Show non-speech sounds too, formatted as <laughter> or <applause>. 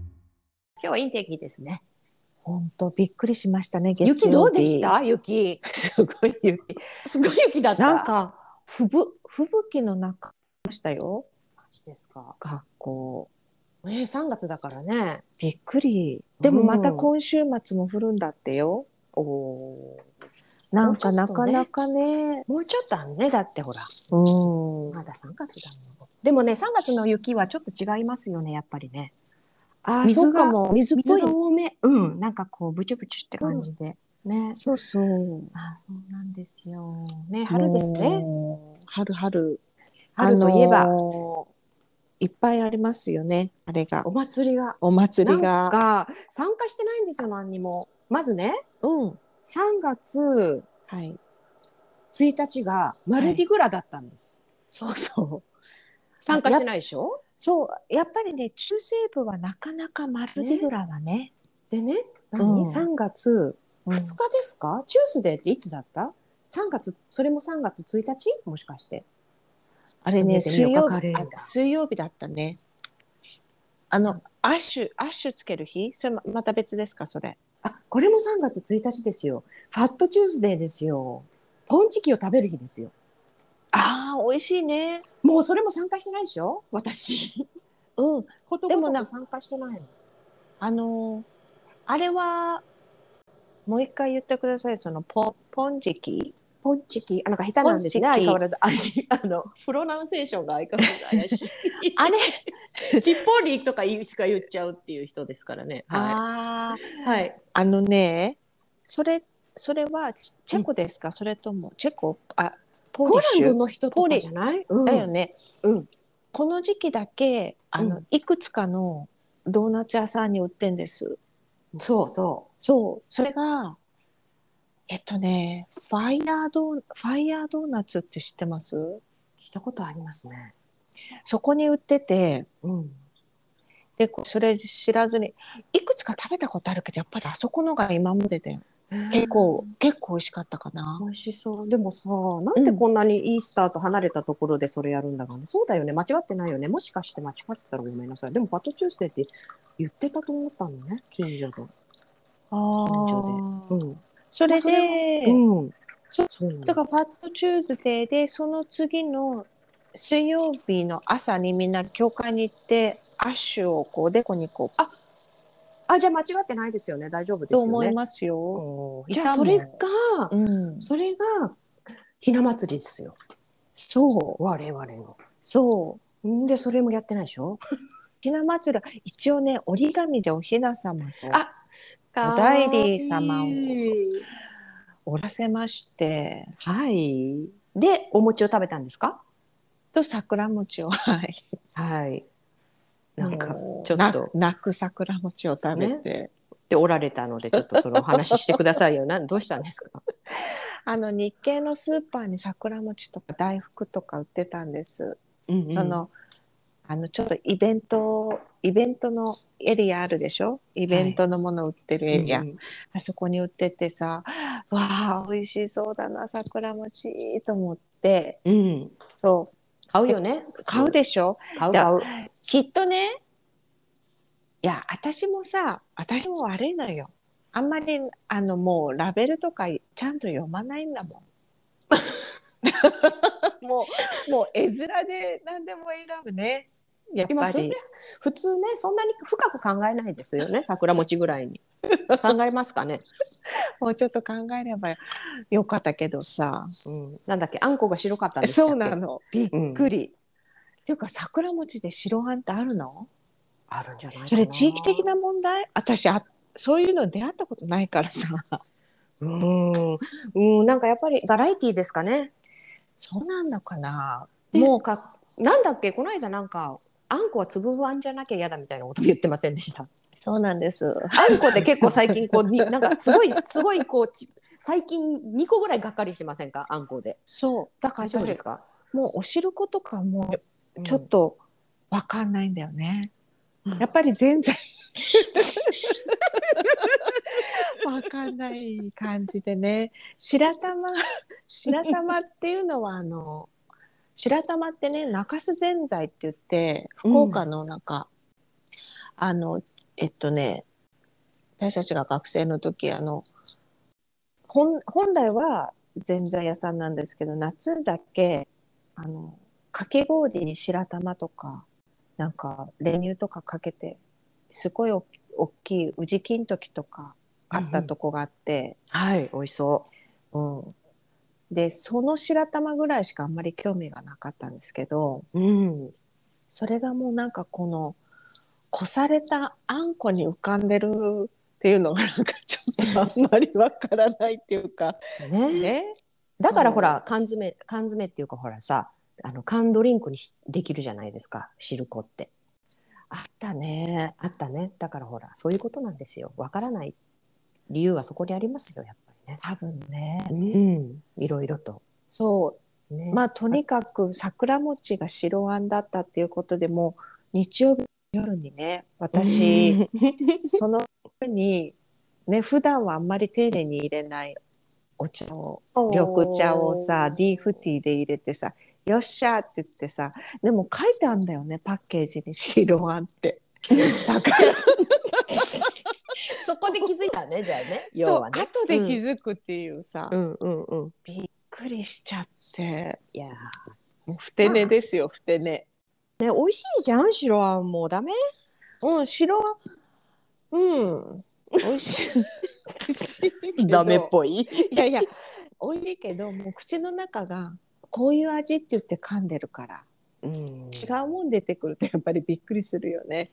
今日はいい天気ですね。本当びっくりしましたね。月曜日雪どうでした雪。 <laughs> すごい雪。すごい雪だった。なんかふぶ吹雪の中でしたよ。マジですか。学校えー、3月だからね。びっくり。んでもまた今週末も降るんだってよ。おお。なんかなかなかね。もうちょっとあるね。だってほら。うん。まだ3月だもん。でもね、3月の雪はちょっと違いますよね、やっぱりね。あー、そ水うかがも。水っぽ水いが。多め。うん。なんかこう、ぶちゅぶちゅって感じで。ね。そうそう。ああ、そうなんですよ。ね、春ですね。もう。春春。春といえば、あのーいっぱいありますよね。あれがお。祭りが。お祭りなんが。か、参加してないんですよ、何にも。まずね、うん。 3月はい。 1日がマルディグラだったんです。そうそう。参加してないでしょそう。やっぱりね、中西部はなかなかマルディグラはね。でね、うん何 ?3 月う2ん日ですか、チュースデーっていつだった ?3 月、それも3月1日もしかして。あれね、ちょっと見て水曜日みようかカレあンダー水曜日だったね。あの、アッシュ、アッシュつける日それままた別ですか、それ。あ、これも3月1日ですよ。ファットチュースデーですよ。ポンチキを食べる日ですよ。ああ、美味しいね。もうそれも参加してないでしょ私。うん。 <laughs> ほとでんもどな参加してないの。あのーあれは、もう一回言ってください。そのポ、ポンジキポンチキ、あなんか下手なんですね、ポンチ相キ。変わらず。あしあの、 <laughs> プロナウンセーションが相変わらず怪しいあれチッポリとか言うしか言っちゃうっていう人ですからね。はああ。い。はい。あのね、それ、それはチチェコですか、それとも、チェコあ、ポポーーラリンッシドュの人とかじゃないうんだよね。うん。この時期だけ、あの、うんいくつかのドーナツ屋さんに売ってんです。そうそそう、それが、えっとね、ファイヤードー、ファイヤードーナツって知ってますう。聞いたことありますね。そこに売ってて、うん。で、こうそれ知らずに、いくつか食べたことあるけど、やっぱりあそこのが今までで結構、結構美味しかったかな。美味しそう。でもさ、なんでこんなにイースターと離れたところでそれやるんだろうね。そうだよね。間違ってないよね。もしかして間違ってたらごめんなさい。でも、バトチュースデーって言ってたと思ったのね。近所の。緊う張で。ん。それそで、うん。そそうなんだからファットチューズデーでその次の水曜日の朝にみんな教会に行ってアッシュをこうおでこにこうあ、じゃあ間違ってないですよね。大丈夫ですとよね。思いますよ。おーいじたゃあ、そもんれが、うん、それが、ひな祭りですよ。そう我々の。そんで、それもやってないでしょうひな祭り一応ね折り紙でおひな様とあおダイリー様を折らせましてはい。で、お餅を食べたんですかと桜餅をはいはい。なんか、もうちょっとな泣く桜餅を食べて、でおられたので、ちょっとそのお話ししてくださいよ。 <laughs> なんどうしたんですかあの日系のスーパーに桜餅とか大福とか売ってたんです。そ、のあのちょっとイベントイベントのエリアあるでしょイベントのもの売ってるエいリア、や、あそこに売っててさわあ美味しそうだな桜餅と思ってうん。そ買うよね。う買うでしょ買ういや買う。きっとねいや私もさ私も悪いのよあんまりあのもうラベルとかちゃんと読まないん <laughs> だもんもうもう絵面で何でも選ぶねやっ今ぱそれり。普通ね、そんなに深く考えないですよね。桜餅ぐら <laughs> いに。考えますかね。もうちょっと考えればよかったけどさ。うん。なんだっけ、あんこが白かったんですそうなの。びっうんくり。っていうか桜餅で白あんってあるのあるんじゃないかなそれ地域的な問題私あそういうの出会ったことないから <laughs> さ。うーんうんなんかやっぱりバラエティーですかねそうなんのかなもうかなんだっけこの間なんかあんこは粒あんじゃなきゃ嫌だみたいなこと言ってませんでしたそうなんです。あんこって結構最近こうになんかすごいすごいこうち最近2個ぐらいがっかりしてませんかあんこでそう。だから大丈夫ですかもうお汁粉とかもちちょょっっととわかんないんだよね。やっぱり全然わかんない感じでね白玉白玉っていうのはあの白玉ってね中洲ぜんざいって言って福岡のなんか、あのえっとね私たちが学生の時あの本本来はぜんざい屋さんなんですけど夏だけあのかき氷に白玉とかなんか練乳とかかけてすごいお大きい宇治金時とかあったとこがあって、はい、美味しそうんでその白玉ぐらいしかあんまり興味がなかったんですけどう。うん。それがもうなんかこのこされたあんこに浮かんでるっていうのがなんかちょっとあんまりわからないっていうかね。ね。だからほら、缶詰、缶詰っていうかほらさ、あの、缶ドリンクにしできるじゃないですか、シルコって。あったね。あったね。だからほら、そういうことなんですよ。わからない理由はそこにありますよ、やっぱりね。多分ね。うん、いろいろと。そねう。まあとにかく桜餅が白あんだったっていうことでもう日曜日の夜にね私その夜にね普段はあんまり丁寧に入れないお茶を <laughs> 緑茶をさリーフティーで入れてさよっしゃーって言ってさでも書いてあんだよねパッケージに白あんって。だ <laughs> か <laughs> らそこで気づいたね、じゃあね。そ要うはね。後で気づくっていうさ、うんうんうん。びっくりしちゃっていやーもうふて寝ですよふて <laughs> 寝ね、美味しいじゃん、白あんもうダメうん白あんうん美味しい美味しいけどぽい。いやいや美味しいけどもう口の中がこういう味って言って噛んでるからうん。違うもん出てくるとやっぱりびっくりするよね